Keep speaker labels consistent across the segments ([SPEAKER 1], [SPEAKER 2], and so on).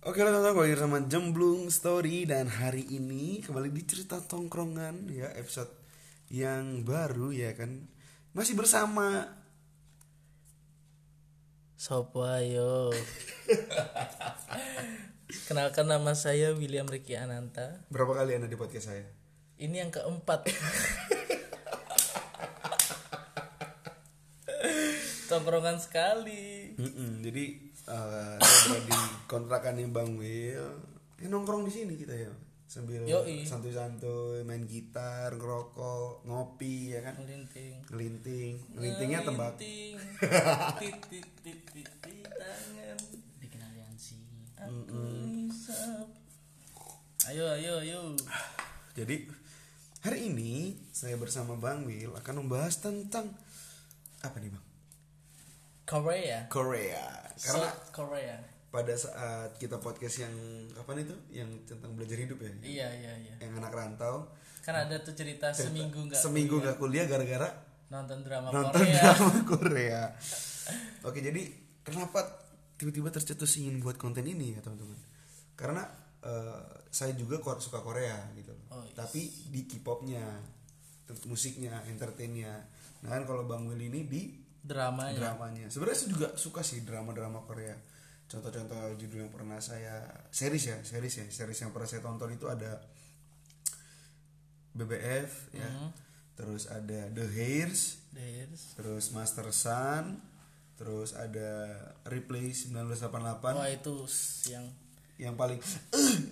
[SPEAKER 1] Oke lah teman-teman, kembali sama Jemblung Story dan hari ini kembali di cerita tongkrongan ya episode yang baru ya kan masih bersama
[SPEAKER 2] Sopo ayo. Kenalkan nama saya William Ricky Ananta.
[SPEAKER 1] berapa kali anda di podcast saya?
[SPEAKER 2] Ini yang keempat. Tongkrongan sekali.
[SPEAKER 1] Mm-mm, jadi eh, saya berada di kontrakan yang Bang Will, Eh, nongkrong di sini kita ya sambil
[SPEAKER 2] Yoi.
[SPEAKER 1] santuy-santuy main gitar, ngerokok, ngopi ya kan,
[SPEAKER 2] Melinting.
[SPEAKER 1] ngelinting, ngelintingnya tembak.
[SPEAKER 2] Ting. Titik titik di tangan. Bikin aliansi. Aku hisap. Ayo ayo ayo.
[SPEAKER 1] Jadi hari ini saya bersama Bang Will akan membahas tentang apa nih Bang?
[SPEAKER 2] Korea.
[SPEAKER 1] Korea. Karena
[SPEAKER 2] South Korea.
[SPEAKER 1] pada saat kita podcast yang kapan itu? Yang tentang belajar hidup ya?
[SPEAKER 2] Iya iya iya.
[SPEAKER 1] Yang anak rantau
[SPEAKER 2] Kan ada tuh cerita seminggu nggak
[SPEAKER 1] seminggu nggak kuliah gara-gara
[SPEAKER 2] nonton drama
[SPEAKER 1] nonton
[SPEAKER 2] Korea.
[SPEAKER 1] drama Korea. Oke, jadi kenapa tiba-tiba tercetus ingin buat konten ini ya teman-teman? Karena eh, saya juga kor- suka Korea gitu, loh.
[SPEAKER 2] Oh, yes.
[SPEAKER 1] tapi di K-popnya, ter- musiknya, entertainnya. Nah kan kalau Bang Will ini di
[SPEAKER 2] Dramanya.
[SPEAKER 1] dramanya sebenarnya saya juga suka sih drama-drama Korea contoh-contoh judul yang pernah saya series ya series ya series yang pernah saya tonton itu ada BBF ya terus ada The Hairs
[SPEAKER 2] There's-
[SPEAKER 1] terus Master Sun terus ada Replay 1988
[SPEAKER 2] Wah itu s- yang
[SPEAKER 1] yang paling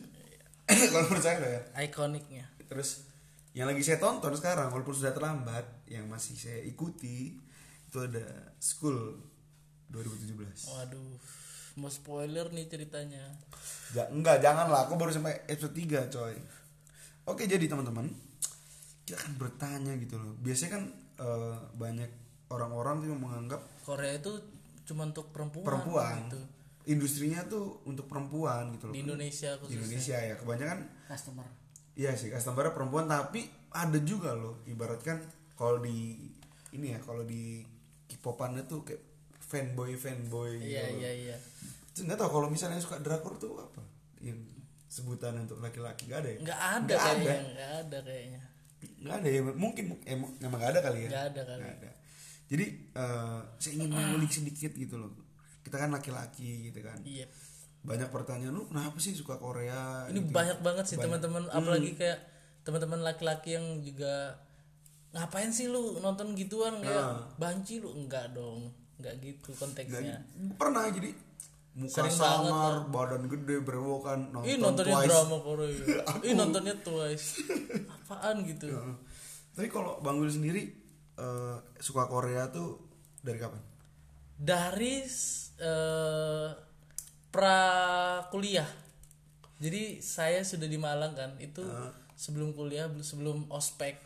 [SPEAKER 1] kalau menurut saya loh ya
[SPEAKER 2] ikoniknya.
[SPEAKER 1] terus yang lagi saya tonton sekarang walaupun sudah terlambat yang masih saya ikuti itu ada School 2017
[SPEAKER 2] Waduh, mau spoiler nih ceritanya.
[SPEAKER 1] Ja, enggak, jangan lah. Aku baru sampai episode 3, coy. Oke, jadi teman-teman, kita akan bertanya gitu loh. Biasanya kan eh, banyak orang-orang tuh yang menganggap
[SPEAKER 2] Korea itu cuma untuk perempuan.
[SPEAKER 1] perempuan
[SPEAKER 2] Iya, gitu.
[SPEAKER 1] industrinya tuh untuk perempuan gitu loh.
[SPEAKER 2] Di Indonesia
[SPEAKER 1] Di
[SPEAKER 2] khususnya.
[SPEAKER 1] Indonesia ya, kebanyakan
[SPEAKER 2] Customer.
[SPEAKER 1] iya sih customer perempuan tapi ada juga loh ibaratkan kalau di ini ya, kalau di K-popannya tuh kayak fanboy fanboy
[SPEAKER 2] Iya
[SPEAKER 1] gitu.
[SPEAKER 2] iya iya.
[SPEAKER 1] Terus nggak tahu kalau misalnya suka drakor tuh apa yang sebutan untuk laki-laki gak ada ya?
[SPEAKER 2] Nggak ada
[SPEAKER 1] Nggak
[SPEAKER 2] kayaknya. Nggak ada kayaknya.
[SPEAKER 1] nggak ada ya mungkin emang emang nggak ada kali ya
[SPEAKER 2] Nggak ada kali.
[SPEAKER 1] Nggak ada. jadi eh, saya ingin mengulik sedikit gitu loh kita kan laki-laki gitu kan
[SPEAKER 2] Iya.
[SPEAKER 1] banyak pertanyaan lu kenapa sih suka Korea
[SPEAKER 2] Ini
[SPEAKER 1] Gitu.
[SPEAKER 2] banyak banget sih
[SPEAKER 1] Hmm.
[SPEAKER 2] teman-teman. Apalagi kayak teman-teman laki-laki yang juga ngapain sih lu nonton gituan kayak banci lu enggak dong enggak
[SPEAKER 1] Ah.
[SPEAKER 2] gitu
[SPEAKER 1] Nggak
[SPEAKER 2] konteksnya
[SPEAKER 1] gitu. pernah jadi muka
[SPEAKER 2] Sering banget
[SPEAKER 1] sangar badan gede berewokan nonton
[SPEAKER 2] Ih nontonnya
[SPEAKER 1] Twice.
[SPEAKER 2] drama Korea. Ih nontonnya Twice. Apaan gitu?
[SPEAKER 1] Ya. tapi kalau Bang Wil sendiri eh, suka Korea tuh dari kapan
[SPEAKER 2] Dari eh, pra kuliah. Jadi saya sudah di Malang kan. Itu
[SPEAKER 1] Ya.
[SPEAKER 2] sebelum kuliah, bel- sebelum ospek.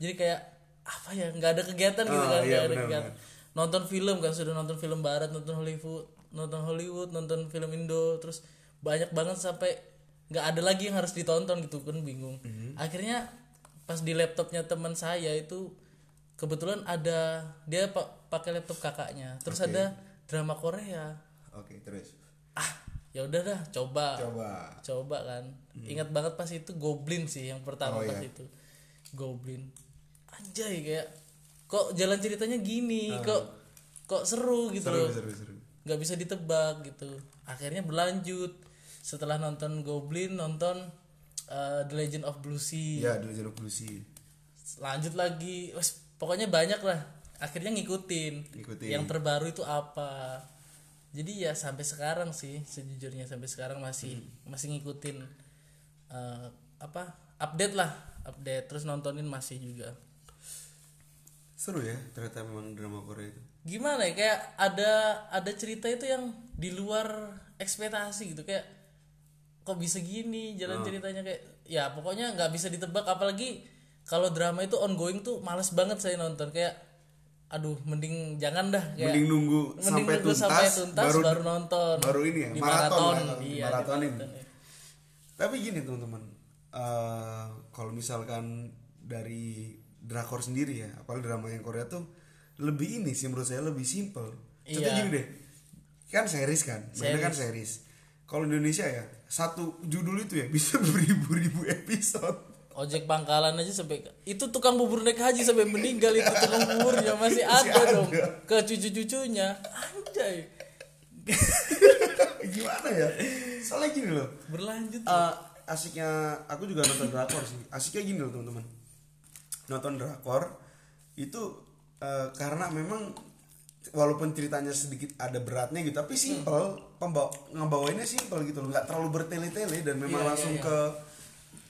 [SPEAKER 2] Jadi kayak apa ya? nggak ada kegiatan gitu
[SPEAKER 1] Ah,
[SPEAKER 2] kan?
[SPEAKER 1] iya,
[SPEAKER 2] nggak ada
[SPEAKER 1] benar,
[SPEAKER 2] kegiatan. Nonton film kan sudah nonton film barat, nonton Hollywood, nonton Hollywood, nonton film Indo, terus banyak banget sampai nggak ada lagi yang harus ditonton gitu kan bingung. Akhirnya pas di laptopnya teman saya itu kebetulan ada dia pa- pakai laptop kakaknya, terus ada drama Korea.
[SPEAKER 1] oke terus
[SPEAKER 2] Ah, ya udah dah coba
[SPEAKER 1] coba
[SPEAKER 2] coba kan ingat banget pas itu goblin sih yang pertama
[SPEAKER 1] Hmm. Oh,
[SPEAKER 2] pas
[SPEAKER 1] iya.
[SPEAKER 2] itu goblin anjay kayak kok jalan ceritanya gini kok kok seru gitu
[SPEAKER 1] Ah. seru
[SPEAKER 2] loh
[SPEAKER 1] seru seru
[SPEAKER 2] nggak bisa ditebak gitu akhirnya berlanjut setelah nonton goblin nonton uh, the legend of blue sea
[SPEAKER 1] ya dulu jalur Lucy
[SPEAKER 2] lanjut lagi Wes, pokoknya banyak lah akhirnya ngikutin
[SPEAKER 1] Ngikutin.
[SPEAKER 2] yang terbaru itu apa jadi ya sampai sekarang sih sejujurnya sampai sekarang masih masih ngikutin eh, apa update lah update terus nontonin masih juga
[SPEAKER 1] seru ya ternyata memang drama Korea itu
[SPEAKER 2] gimana ya kayak ada ada cerita itu yang di luar ekspektasi gitu kayak kok bisa gini jalan ceritanya kayak ya pokoknya nggak bisa ditebak apalagi kalau drama itu ongoing tuh males banget saya nonton kayak aduh mending jangan dah kayak
[SPEAKER 1] mending nunggu
[SPEAKER 2] Iya. mending
[SPEAKER 1] sampai,
[SPEAKER 2] nunggu
[SPEAKER 1] tuntas,
[SPEAKER 2] sampai tuntas, baru, nonton
[SPEAKER 1] baru ini ya,
[SPEAKER 2] di
[SPEAKER 1] maraton
[SPEAKER 2] maraton,
[SPEAKER 1] lah,
[SPEAKER 2] iya, di
[SPEAKER 1] maratonin.
[SPEAKER 2] maraton, iya.
[SPEAKER 1] tapi gini teman-teman eh, kalau misalkan dari drakor sendiri ya apalagi drama yang Korea tuh lebih ini sih menurut saya lebih simple contoh
[SPEAKER 2] Iya.
[SPEAKER 1] gini deh kan series kan sebenarnya kan series kalau di Indonesia ya satu judul itu ya bisa beribu-ribu episode
[SPEAKER 2] ojek pangkalan aja sampai itu tukang bubur naik haji sampai meninggal itu tukang buburnya masih ada
[SPEAKER 1] ada.
[SPEAKER 2] dong ke cucu-cucunya anjay
[SPEAKER 1] gimana ya soalnya gini loh
[SPEAKER 2] berlanjut
[SPEAKER 1] Eh, asiknya aku juga nonton drakor sih asiknya gini loh teman-teman nonton drakor itu eh, karena memang walaupun ceritanya sedikit ada beratnya gitu tapi simple pembawa ngebawainnya simple gitu loh nggak terlalu bertele-tele dan memang
[SPEAKER 2] Iya, iya,
[SPEAKER 1] langsung
[SPEAKER 2] iya.
[SPEAKER 1] ke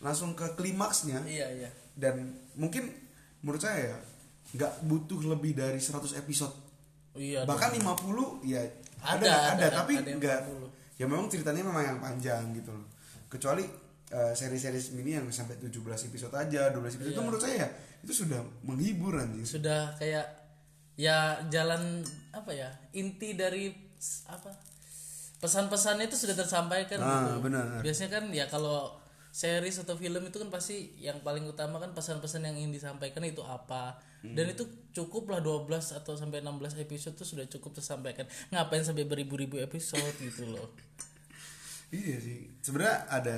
[SPEAKER 1] langsung ke klimaksnya
[SPEAKER 2] iya iya
[SPEAKER 1] dan mungkin menurut saya ya, nggak butuh lebih dari 100 episode
[SPEAKER 2] iya dong.
[SPEAKER 1] bahkan 50 ya ada
[SPEAKER 2] Ada,
[SPEAKER 1] ada,
[SPEAKER 2] ada,
[SPEAKER 1] tapi
[SPEAKER 2] ada yang
[SPEAKER 1] enggak ya
[SPEAKER 2] 50.
[SPEAKER 1] memang ceritanya memang yang panjang gitu loh kecuali eh, seri-seri mini yang sampai 17 episode aja 12 episode
[SPEAKER 2] Iya.
[SPEAKER 1] itu menurut saya ya, itu sudah menghibur anjing
[SPEAKER 2] sudah kayak ya jalan apa ya inti dari s- apa pesan-pesannya itu sudah tersampaikan
[SPEAKER 1] Ah,
[SPEAKER 2] gitu.
[SPEAKER 1] benar.
[SPEAKER 2] biasanya kan ya kalau series atau film itu kan pasti yang paling utama kan pesan-pesan yang ingin disampaikan itu apa dan
[SPEAKER 1] Hmm.
[SPEAKER 2] itu cukuplah 12 atau sampai 16 episode itu sudah cukup tersampaikan ngapain sampai beribu-ribu episode gitu loh
[SPEAKER 1] iya sih sebenarnya ada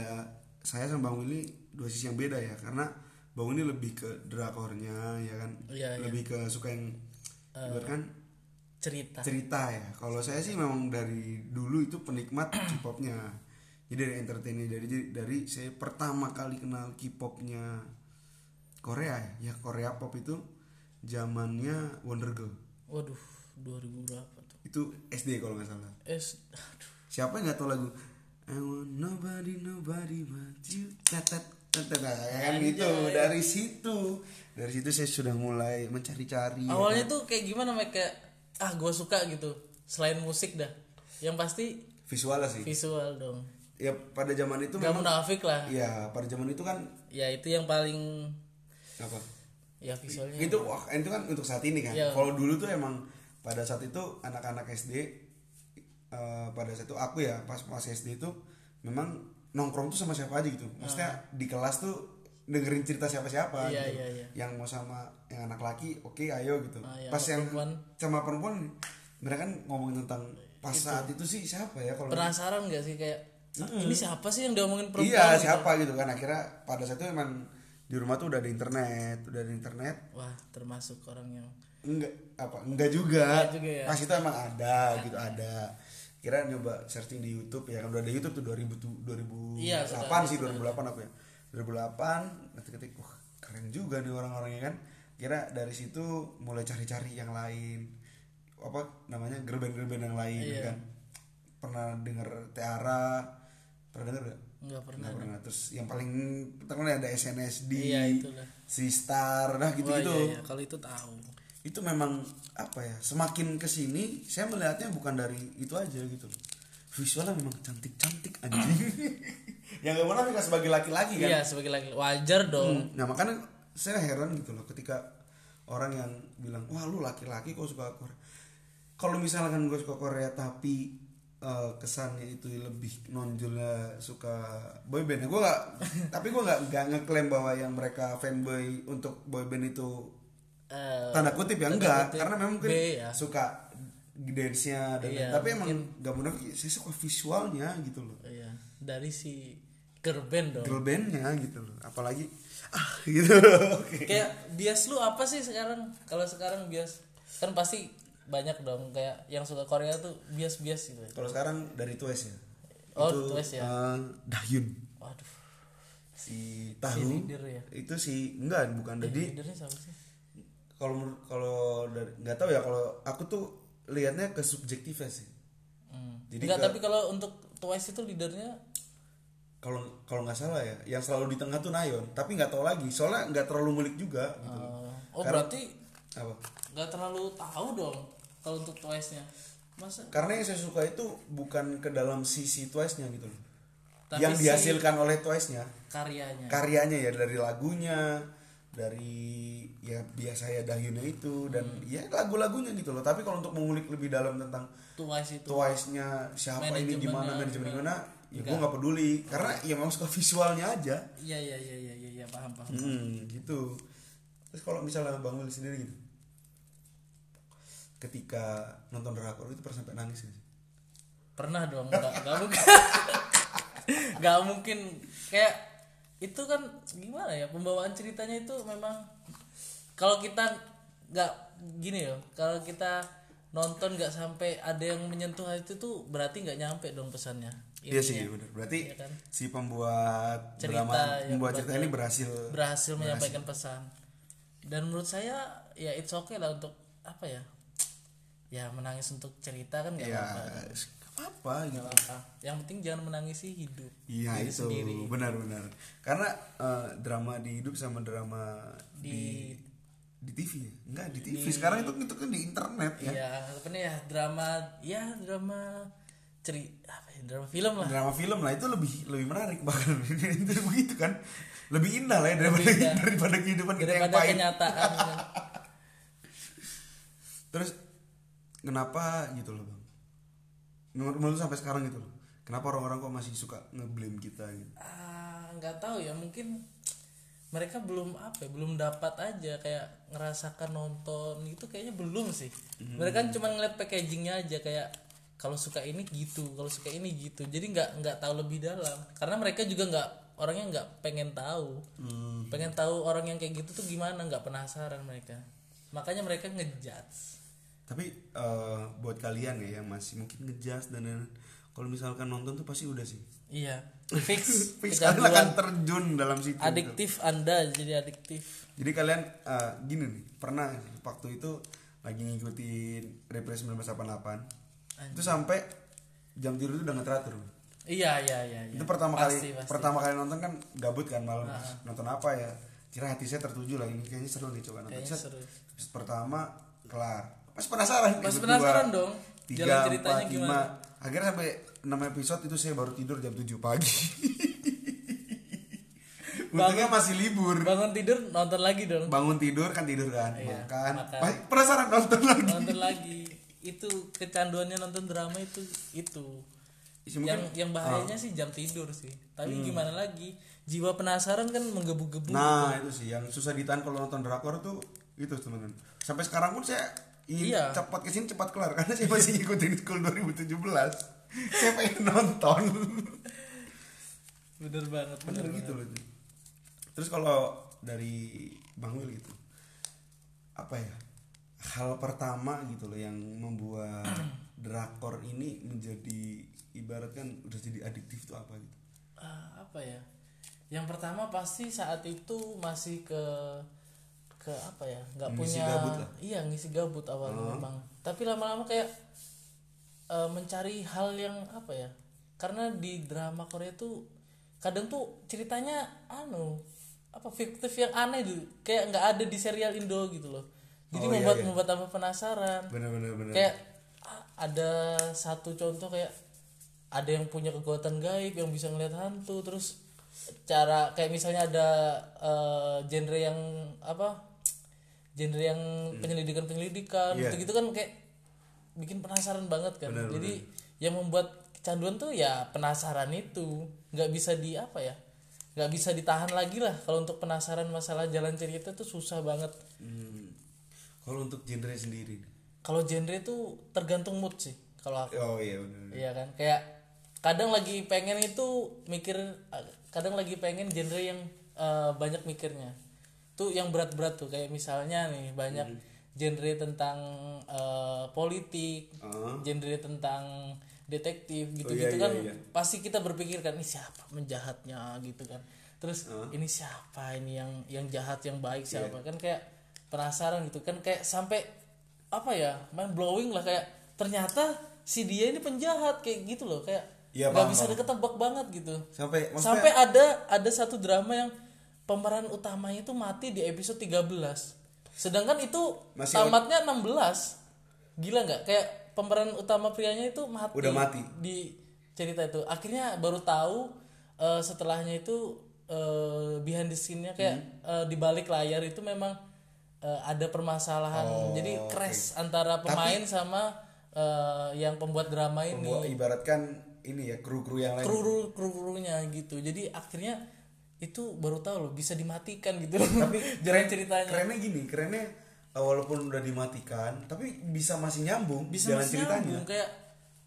[SPEAKER 1] saya sama bang Willy dua sisi yang beda ya karena bang Willy lebih ke drakornya ya kan
[SPEAKER 2] Iya, Eh, iya.
[SPEAKER 1] lebih ke suka yang buat kan
[SPEAKER 2] cerita
[SPEAKER 1] cerita ya kalau saya sih memang dari dulu itu penikmat K-popnya jadi dari entertainnya dari dari saya pertama kali kenal K-popnya Korea ya Ya, Korea pop itu zamannya Wonder Girl
[SPEAKER 2] waduh 2000 berapa tuh
[SPEAKER 1] itu SD kalau nggak salah
[SPEAKER 2] es aduh
[SPEAKER 1] siapa yang nggak tahu lagu I want nobody nobody but you tetet tetet Nah, kan gitu dari situ dari situ saya sudah mulai mencari-cari ya
[SPEAKER 2] awalnya tuh kayak gimana Mek? kayak ah gue suka gitu selain musik dah yang pasti
[SPEAKER 1] kan. visualnya sih
[SPEAKER 2] visual dong
[SPEAKER 1] ya pada zaman itu
[SPEAKER 2] gak
[SPEAKER 1] memang
[SPEAKER 2] munafik lah
[SPEAKER 1] ya pada zaman itu kan
[SPEAKER 2] ya itu yang paling
[SPEAKER 1] apa
[SPEAKER 2] ya visualnya
[SPEAKER 1] itu wah, itu kan untuk saat ini kan
[SPEAKER 2] Iya.
[SPEAKER 1] kalau dulu tuh emang pada saat itu anak-anak SD eh, pada saat itu aku ya pas pas SD itu memang nongkrong tuh sama siapa aja gitu maksudnya di kelas tuh dengerin cerita siapa-siapa
[SPEAKER 2] Ah. Iya,
[SPEAKER 1] gitu
[SPEAKER 2] iya, iya.
[SPEAKER 1] yang mau sama yang anak laki oke ayo gitu
[SPEAKER 2] Ah, yang
[SPEAKER 1] pas yang
[SPEAKER 2] perempuan.
[SPEAKER 1] sama perempuan mereka kan ngomongin tentang pas saat itu sih siapa ya kalau
[SPEAKER 2] penasaran gak sih kayak "Ah, ini siapa sih yang diomongin perempuan
[SPEAKER 1] Hmm. iya
[SPEAKER 2] gitu?
[SPEAKER 1] siapa gitu kan akhirnya pada saat itu emang di rumah tuh udah ada internet udah ada internet
[SPEAKER 2] wah termasuk orang yang
[SPEAKER 1] enggak apa enggak Iya juga,
[SPEAKER 2] Enggak juga ya.
[SPEAKER 1] pas itu emang ada gitu ada kira nyoba searching di YouTube ya kan udah ada YouTube tuh 2000 tuh 2008
[SPEAKER 2] Iya, sudah
[SPEAKER 1] sih 2008 aku ya 2008 nanti ketik wah keren juga nih orang-orangnya kan kira dari situ mulai cari-cari yang lain apa namanya gerben-gerben yang lain
[SPEAKER 2] Iya.
[SPEAKER 1] kan pernah denger Tiara pernah denger gak?
[SPEAKER 2] nggak pernah
[SPEAKER 1] Nggak pernah terus yang paling terkenal ya ada SNSD
[SPEAKER 2] iya itulah
[SPEAKER 1] si Star nah
[SPEAKER 2] Wah,
[SPEAKER 1] gitu-gitu
[SPEAKER 2] iya, iya. kalau itu tahu
[SPEAKER 1] itu memang apa ya semakin kesini saya melihatnya bukan dari itu aja gitu loh visualnya memang cantik cantik anjing yang gak munafik lah sebagai laki-laki kan
[SPEAKER 2] iya sebagai laki wajar dong
[SPEAKER 1] nah makanya saya heran gitu loh ketika orang yang bilang wah lu laki-laki kok suka Korea kalau misalkan gue suka Korea tapi eh, kesannya itu lebih nonjolnya suka boyband gue gak tapi gue gak, nggak ngeklaim bahwa yang mereka fanboy untuk boyband itu
[SPEAKER 2] Eh,
[SPEAKER 1] tanda kutip ya enggak
[SPEAKER 2] kutip.
[SPEAKER 1] karena memang mungkin
[SPEAKER 2] B ya.
[SPEAKER 1] suka dance nya dan
[SPEAKER 2] Iya,
[SPEAKER 1] tapi emang gak munafik saya suka visualnya gitu loh
[SPEAKER 2] iya dari si gerben dong
[SPEAKER 1] girl bandnya gitu loh apalagi ah gitu oke
[SPEAKER 2] kayak bias lu apa sih sekarang kalau sekarang bias kan pasti banyak dong kayak yang suka Korea tuh bias-bias gitu ya.
[SPEAKER 1] kalau sekarang dari Twice ya
[SPEAKER 2] Oh, Twice ya.
[SPEAKER 1] eh, Dahyun
[SPEAKER 2] waduh
[SPEAKER 1] si
[SPEAKER 2] si
[SPEAKER 1] tahu
[SPEAKER 2] leader ya
[SPEAKER 1] itu si enggak bukan jadi
[SPEAKER 2] leadernya siapa sih
[SPEAKER 1] kalau menur- kalau dari nggak tahu ya kalau aku tuh lihatnya ke subjektifnya sih
[SPEAKER 2] hmm.
[SPEAKER 1] Jadi
[SPEAKER 2] Nggak,
[SPEAKER 1] ke-
[SPEAKER 2] tapi kalau untuk Twice itu leadernya
[SPEAKER 1] kalau kalau nggak salah ya yang selalu di tengah tuh Nayon tapi nggak tahu lagi soalnya nggak terlalu mulik juga gitu loh.
[SPEAKER 2] eh, oh
[SPEAKER 1] Karena-
[SPEAKER 2] berarti
[SPEAKER 1] apa
[SPEAKER 2] nggak terlalu tahu dong kalau untuk Twice nya masa
[SPEAKER 1] karena yang saya suka itu bukan ke dalam sisi Twice-nya gitu loh.
[SPEAKER 2] Tapi
[SPEAKER 1] yang
[SPEAKER 2] si-
[SPEAKER 1] dihasilkan oleh Twice-nya,
[SPEAKER 2] karyanya
[SPEAKER 1] karyanya ya dari lagunya, dari ya biasa ya Dahyunnya itu dan
[SPEAKER 2] Hmm.
[SPEAKER 1] ya lagu-lagunya gitu loh. Tapi kalau untuk mengulik lebih dalam tentang
[SPEAKER 2] Twice itu
[SPEAKER 1] Twice-nya siapa ini gimana
[SPEAKER 2] Manajemennya,
[SPEAKER 1] manajemen
[SPEAKER 2] gimana.
[SPEAKER 1] gimana, ya gue nggak peduli karena ya memang suka visualnya aja.
[SPEAKER 2] iya iya iya iya iya iya, paham paham
[SPEAKER 1] Hmm, gitu. Terus kalau misalnya Bang Willy sendiri gitu. Ketika nonton drakor itu pernah sampai nangis gitu.
[SPEAKER 2] pernah dong nggak nggak mungkin nggak mungkin kayak itu kan gimana ya pembawaan ceritanya itu memang kalau kita nggak gini ya kalau kita nonton nggak sampai ada yang menyentuh hati itu berarti nggak nyampe dong pesannya
[SPEAKER 1] Iya sih bener. Berarti
[SPEAKER 2] Iya kan?
[SPEAKER 1] si pembuat
[SPEAKER 2] Cerita,
[SPEAKER 1] drama, pembuat
[SPEAKER 2] ya, pembuat
[SPEAKER 1] cerita ini berhasil.
[SPEAKER 2] berhasil menyampaikan pesan dan menurut saya ya it's okay lah untuk apa ya ya menangis untuk cerita kan nggak
[SPEAKER 1] ya,
[SPEAKER 2] apa-apa
[SPEAKER 1] apa gitu.
[SPEAKER 2] apa yang penting jangan menangisi hidup
[SPEAKER 1] Iya itu benar-benar. Karena eh, drama di hidup sama drama di
[SPEAKER 2] di
[SPEAKER 1] di TV ya? Enggak di TV. Sekarang itu itu kan di internet ya.
[SPEAKER 2] ya apa nih ya drama ya drama ceri apa ya drama film lah
[SPEAKER 1] Drama film lah itu lebih lebih menarik bahkan itu begitu kan. Lebih indah lah ya daripada daripada kehidupan kita yang
[SPEAKER 2] daripada
[SPEAKER 1] pahit.
[SPEAKER 2] kenyataan kan.
[SPEAKER 1] Terus kenapa gitu loh bang? Menurut menurut sampai sekarang gitu loh. Kenapa orang-orang kok masih suka ngeblame kita gitu?
[SPEAKER 2] Ah, nggak tahu ya mungkin mereka belum apa ya, belum dapat aja kayak ngerasakan nonton itu kayaknya belum sih mereka cuma ngeliat packagingnya aja kayak kalau suka ini gitu kalau suka ini gitu jadi nggak nggak tahu lebih dalam karena mereka juga nggak orangnya nggak pengen tahu pengen tahu orang yang kayak gitu tuh gimana nggak penasaran mereka makanya mereka ngejudge
[SPEAKER 1] Tapi eh, buat kalian ya yang masih mungkin ngejas dan lain-lain, kalau misalkan nonton tuh pasti udah sih.
[SPEAKER 2] iya fix
[SPEAKER 1] Fix kalian
[SPEAKER 2] kecanduan.
[SPEAKER 1] akan terjun dalam situ.
[SPEAKER 2] adiktif anda jadi adiktif
[SPEAKER 1] Jadi kalian eh, gini nih, pernah waktu itu lagi ngikutin Repres 1988. Itu sampai jam tidur itu udah nggak teratur.
[SPEAKER 2] iya iya iya, iya.
[SPEAKER 1] Itu pertama
[SPEAKER 2] Pasti,
[SPEAKER 1] kali
[SPEAKER 2] pasti.
[SPEAKER 1] pertama kali nonton kan gabut kan malam. Nonton apa ya? Kira hati saya tertuju lagi ini kayaknya seru nih coba nonton.
[SPEAKER 2] Kayaknya
[SPEAKER 1] Set.
[SPEAKER 2] seru.
[SPEAKER 1] Terus pertama kelar. Pas penasaran.
[SPEAKER 2] Pas
[SPEAKER 1] ikut
[SPEAKER 2] penasaran
[SPEAKER 1] dua,
[SPEAKER 2] dong,
[SPEAKER 1] Tiga,
[SPEAKER 2] jalan ceritanya
[SPEAKER 1] empat, lima. Akhirnya sampai 6 episode itu saya baru tidur jam 7 pagi. Untungnya masih libur.
[SPEAKER 2] bangun tidur nonton lagi dong
[SPEAKER 1] bangun tidur kan tidur kan makan,
[SPEAKER 2] Iya, makan.
[SPEAKER 1] Wah, penasaran nonton lagi
[SPEAKER 2] nonton lagi itu kecanduannya nonton drama itu itu
[SPEAKER 1] Ya, mungkin-
[SPEAKER 2] yang yang bahayanya sih jam tidur sih tapi gimana lagi jiwa penasaran kan menggebu-gebu
[SPEAKER 1] nah itu sih yang susah ditahan kalau nonton drakor tuh itu teman-teman sampai sekarang pun saya ingin
[SPEAKER 2] Iya.
[SPEAKER 1] cepat kesini cepat kelar karena saya masih ngikutin school 2017 saya pengen nonton
[SPEAKER 2] bener banget bener
[SPEAKER 1] bener gitu loh itu. terus kalau dari bang Wil gitu apa ya hal pertama gitu loh yang membuat drakor ini menjadi ibaratkan udah jadi adiktif tuh apa gitu
[SPEAKER 2] Ah, apa ya yang pertama pasti saat itu masih ke ke apa ya nggak
[SPEAKER 1] Ngisi
[SPEAKER 2] punya
[SPEAKER 1] gabut lah.
[SPEAKER 2] iya ngisi gabut awalnya memang tapi lama-lama kayak eh, mencari hal yang apa ya karena di drama Korea tuh kadang tuh ceritanya anu apa fiktif yang aneh dulu kayak nggak ada di serial Indo gitu loh jadi
[SPEAKER 1] Oh, iya,
[SPEAKER 2] membuat
[SPEAKER 1] iya.
[SPEAKER 2] membuat tambah penasaran
[SPEAKER 1] bener-bener bener
[SPEAKER 2] kayak a- ada satu contoh kayak ada yang punya kekuatan gaib yang bisa ngelihat hantu terus cara kayak misalnya ada eh, genre yang apa genre yang penyelidikan penyelidikan
[SPEAKER 1] Iya.
[SPEAKER 2] gitu gitu kan kayak bikin penasaran banget kan jadi yang membuat kecanduan tuh ya penasaran itu nggak bisa di apa ya nggak bisa ditahan lagi lah kalau untuk penasaran masalah jalan cerita tuh susah banget
[SPEAKER 1] Hmm. Kalau untuk genre sendiri.
[SPEAKER 2] kalau genre tuh tergantung mood sih kalau aku
[SPEAKER 1] Oh iya benar.
[SPEAKER 2] Iya kan? Kayak kadang lagi pengen itu mikir kadang lagi pengen genre yang eh, banyak mikirnya. Tuh yang berat-berat tuh kayak misalnya nih banyak
[SPEAKER 1] Hmm.
[SPEAKER 2] genre tentang eh, politik, genre tentang detektif gitu-gitu
[SPEAKER 1] Ah. iya,
[SPEAKER 2] kan
[SPEAKER 1] iya.
[SPEAKER 2] pasti kita berpikir kan ini siapa penjahatnya gitu kan. Terus ini siapa ini yang yang jahat yang baik
[SPEAKER 1] Iya.
[SPEAKER 2] siapa kan kayak penasaran gitu kan kayak sampai apa ya mind blowing lah kayak ternyata si dia ini penjahat kayak gitu loh kayak
[SPEAKER 1] Iya,
[SPEAKER 2] nggak
[SPEAKER 1] paham,
[SPEAKER 2] bisa ketebak banget gitu
[SPEAKER 1] Sampai
[SPEAKER 2] sampai
[SPEAKER 1] maksudnya
[SPEAKER 2] ada ada satu drama yang pemeran utamanya itu mati di episode 13 sedangkan itu
[SPEAKER 1] Masih
[SPEAKER 2] tamatnya 16 gila nggak kayak pemeran utama prianya itu mati
[SPEAKER 1] Udah mati.
[SPEAKER 2] di cerita itu akhirnya baru tahu eh, setelahnya itu eh, behind the scene-nya kayak
[SPEAKER 1] Hmm.
[SPEAKER 2] eh, di balik layar itu memang eh, ada permasalahan
[SPEAKER 1] Oh,
[SPEAKER 2] jadi crash antara pemain sama eh, yang pembuat drama ini
[SPEAKER 1] gua ibaratkan ini ya kru-kru yang lain.
[SPEAKER 2] kru krunya gitu jadi akhirnya itu baru tahu loh bisa dimatikan gitu loh jalan ceritanya
[SPEAKER 1] Kerennya gini, kerennya eh, walaupun udah dimatikan, tapi bisa masih nyambung
[SPEAKER 2] bisa
[SPEAKER 1] jalan
[SPEAKER 2] masih
[SPEAKER 1] ceritanya.
[SPEAKER 2] nyambung kayak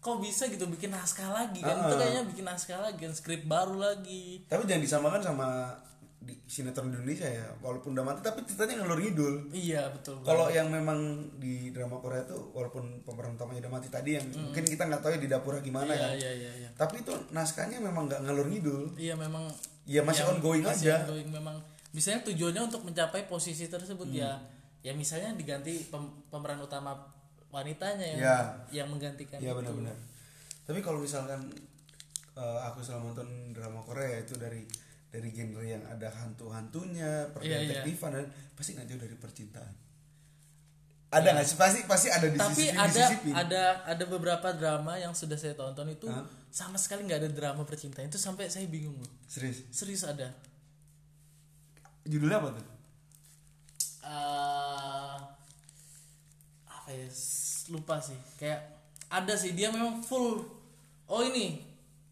[SPEAKER 2] kok bisa gitu bikin naskah lagi kan itu kayaknya bikin naskah lagi kan skrip baru lagi
[SPEAKER 1] Tapi jangan disamakan sama di sinetron Indonesia ya. Walaupun udah mati tapi ceritanya ngelur ngidul.
[SPEAKER 2] iya betul Bang.
[SPEAKER 1] Kalau yang memang di drama Korea tuh walaupun pemeran utamanya udah mati tadi yang mungkin kita nggak tahu ya di dapurnya gimana
[SPEAKER 2] iya
[SPEAKER 1] ya.
[SPEAKER 2] iya iya iya
[SPEAKER 1] Tapi itu naskahnya memang nggak ngelur ngidul.
[SPEAKER 2] iya memang
[SPEAKER 1] Ya masih ongoing
[SPEAKER 2] masih
[SPEAKER 1] aja.
[SPEAKER 2] ongoing memang misalnya tujuannya untuk mencapai posisi tersebut ya
[SPEAKER 1] Hmm.
[SPEAKER 2] ya misalnya diganti pem- pemeran utama wanitanya yang
[SPEAKER 1] Iya.
[SPEAKER 2] yang menggantikan
[SPEAKER 1] Iya
[SPEAKER 2] itu.
[SPEAKER 1] benar-benar. Tapi kalau misalkan eh, aku selalu nonton drama Korea ya, itu dari dari genre yang ada hantu-hantunya, perdetektifan dan pasti nggak jauh dari percintaan. Ada nggak sih? Pasti pasti ada di
[SPEAKER 2] tapi
[SPEAKER 1] sisi
[SPEAKER 2] ada ada ada beberapa drama yang sudah saya tonton itu
[SPEAKER 1] Hah?
[SPEAKER 2] sama sekali nggak ada drama percintaan itu sampai saya bingung loh
[SPEAKER 1] Serius.
[SPEAKER 2] serius ada
[SPEAKER 1] Judulnya apa tuh?
[SPEAKER 2] Eh, apa ya s- lupa sih kayak ada sih dia memang full oh ini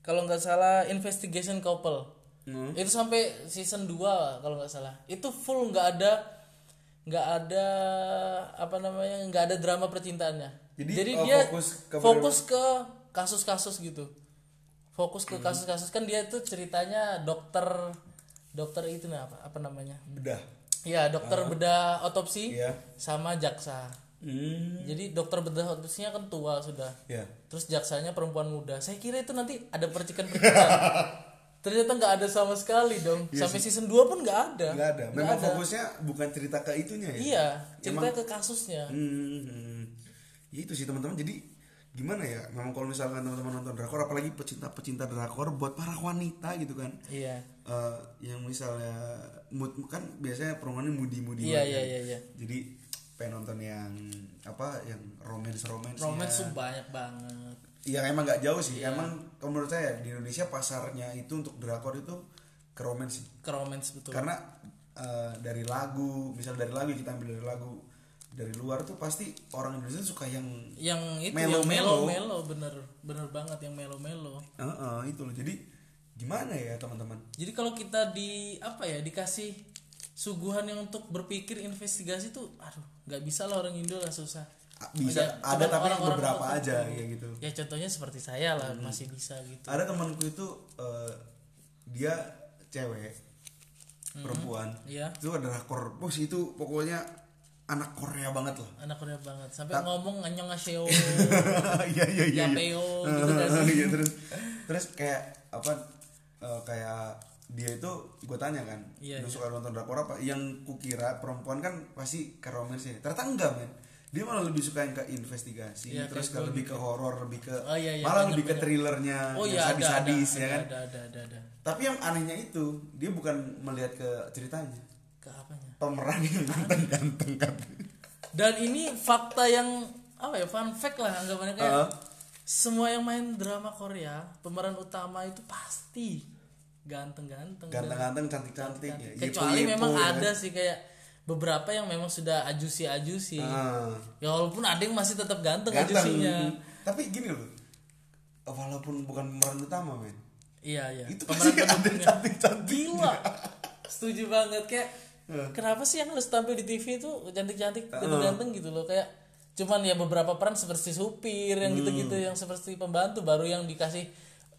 [SPEAKER 2] kalau nggak salah investigation couple
[SPEAKER 1] Hmm.
[SPEAKER 2] itu sampai season 2 kalau nggak salah itu full nggak ada nggak ada apa namanya nggak ada drama percintaannya
[SPEAKER 1] Jadi,
[SPEAKER 2] jadi,
[SPEAKER 1] eh,
[SPEAKER 2] dia
[SPEAKER 1] fokus
[SPEAKER 2] fokus
[SPEAKER 1] ke-
[SPEAKER 2] ke kasus-kasus gitu fokus
[SPEAKER 1] Hmm.
[SPEAKER 2] ke kasus-kasus kan dia itu ceritanya dokter dokter itu nah apa apa namanya
[SPEAKER 1] Bedah.
[SPEAKER 2] ya dokter bedah otopsi
[SPEAKER 1] Ah. Iya.
[SPEAKER 2] sama jaksa
[SPEAKER 1] Hmm.
[SPEAKER 2] jadi dokter bedah otopsinya kan tua sudah
[SPEAKER 1] Ya.
[SPEAKER 2] terus jaksanya perempuan muda saya kira itu nanti ada percikan percikan ternyata nggak ada sama sekali dong sampai season 2 pun nggak ada
[SPEAKER 1] Iya Nggak ada. Memang iya. fokusnya bukan cerita ke itunya ya.
[SPEAKER 2] iya cerita ke kasusnya
[SPEAKER 1] Hmm, ya itu sih teman-teman. Jadi gimana ya? Memang kalau misalkan teman-teman nonton drakor, apalagi pecinta-pecinta drakor, buat para wanita gitu kan,
[SPEAKER 2] iya
[SPEAKER 1] Eh, yang misalnya mood kan biasanya perumahannya moody-moody banget
[SPEAKER 2] iya iya
[SPEAKER 1] kan.
[SPEAKER 2] iya iya
[SPEAKER 1] Jadi pengen nonton yang apa? Yang romance-romance.
[SPEAKER 2] romance Iya. tuh banyak banget
[SPEAKER 1] Ya emang nggak jauh sih. Emang kalau menurut saya ya, di Indonesia pasarnya itu untuk drakor itu ke romance sih.
[SPEAKER 2] ke romance betul
[SPEAKER 1] Karena eh, dari lagu, misal dari lagu kita ambil dari lagu dari luar tuh pasti orang Indonesia suka yang
[SPEAKER 2] yang itu
[SPEAKER 1] Melo-melo.
[SPEAKER 2] yang melo melo bener bener banget yang melo melo
[SPEAKER 1] Heeh, itu loh. Jadi gimana ya teman-teman?
[SPEAKER 2] Jadi kalau kita di apa ya dikasih suguhan yang untuk berpikir investigasi tuh aduh nggak bisa lah orang Indo lah susah.
[SPEAKER 1] A- Ah, Bisa
[SPEAKER 2] Oh,
[SPEAKER 1] ada
[SPEAKER 2] ya, cuman
[SPEAKER 1] tapi
[SPEAKER 2] orang-orang
[SPEAKER 1] beberapa
[SPEAKER 2] tertentu.
[SPEAKER 1] aja Hmm. kayak gitu.
[SPEAKER 2] Ya contohnya seperti saya lah masih bisa gitu.
[SPEAKER 1] Ada temanku itu eh, dia cewek perempuan.
[SPEAKER 2] Iya.
[SPEAKER 1] Itu ada rakor. Bos itu pokoknya anak Korea banget lah.
[SPEAKER 2] Anak Korea banget sampai ngomong anyong aseo,
[SPEAKER 1] Iya iya iya. iya.
[SPEAKER 2] yapeo gitu kan.
[SPEAKER 1] Iya, terus terus kayak apa eh, kayak dia itu gue tanya kan
[SPEAKER 2] Iya,
[SPEAKER 1] lu suka nonton drakor apa yang kukira perempuan kan pasti ke romance ya ternyata enggak men dia malah lebih suka yang ke investigasi
[SPEAKER 2] Iya,
[SPEAKER 1] terus
[SPEAKER 2] kayak
[SPEAKER 1] ke lebih ke horor lebih ke
[SPEAKER 2] Oh, iya, iya,
[SPEAKER 1] malah
[SPEAKER 2] bener,
[SPEAKER 1] lebih ke
[SPEAKER 2] bener.
[SPEAKER 1] thrillernya
[SPEAKER 2] Oh
[SPEAKER 1] yang
[SPEAKER 2] iya ada ada,
[SPEAKER 1] sadis-sadis
[SPEAKER 2] ada,
[SPEAKER 1] ya kan
[SPEAKER 2] ada ada ada ada.
[SPEAKER 1] tapi yang anehnya itu dia bukan melihat ke ceritanya
[SPEAKER 2] Ke apanya?
[SPEAKER 1] pemeran yang ganteng-ganteng kan
[SPEAKER 2] Dan ini fakta yang apa ya fun fact lah anggapannya kayak
[SPEAKER 1] Heeh.
[SPEAKER 2] semua yang main drama Korea pemeran utama itu pasti ganteng-ganteng. Dan-
[SPEAKER 1] ganteng-ganteng cantik-cantik ya
[SPEAKER 2] Kecuali
[SPEAKER 1] Yepo-yepo
[SPEAKER 2] memang
[SPEAKER 1] ya kan.
[SPEAKER 2] ada sih kayak beberapa yang memang sudah ajusi-ajusi.
[SPEAKER 1] Ah.
[SPEAKER 2] Ya walaupun ada yang masih tetap ganteng,
[SPEAKER 1] ganteng
[SPEAKER 2] ajusinya.
[SPEAKER 1] tapi gini loh walaupun bukan pemeran utama men
[SPEAKER 2] Iya iya.
[SPEAKER 1] itu
[SPEAKER 2] Pemeran
[SPEAKER 1] pasti ada
[SPEAKER 2] pendukungnya.
[SPEAKER 1] cantik cantik
[SPEAKER 2] Gila. Setuju banget kayak kenapa sih yang harus tampil di TV itu cantik-cantik, ganteng-ganteng gitu loh kayak cuman ya beberapa peran seperti supir yang gitu-gitu yang seperti pembantu baru yang dikasih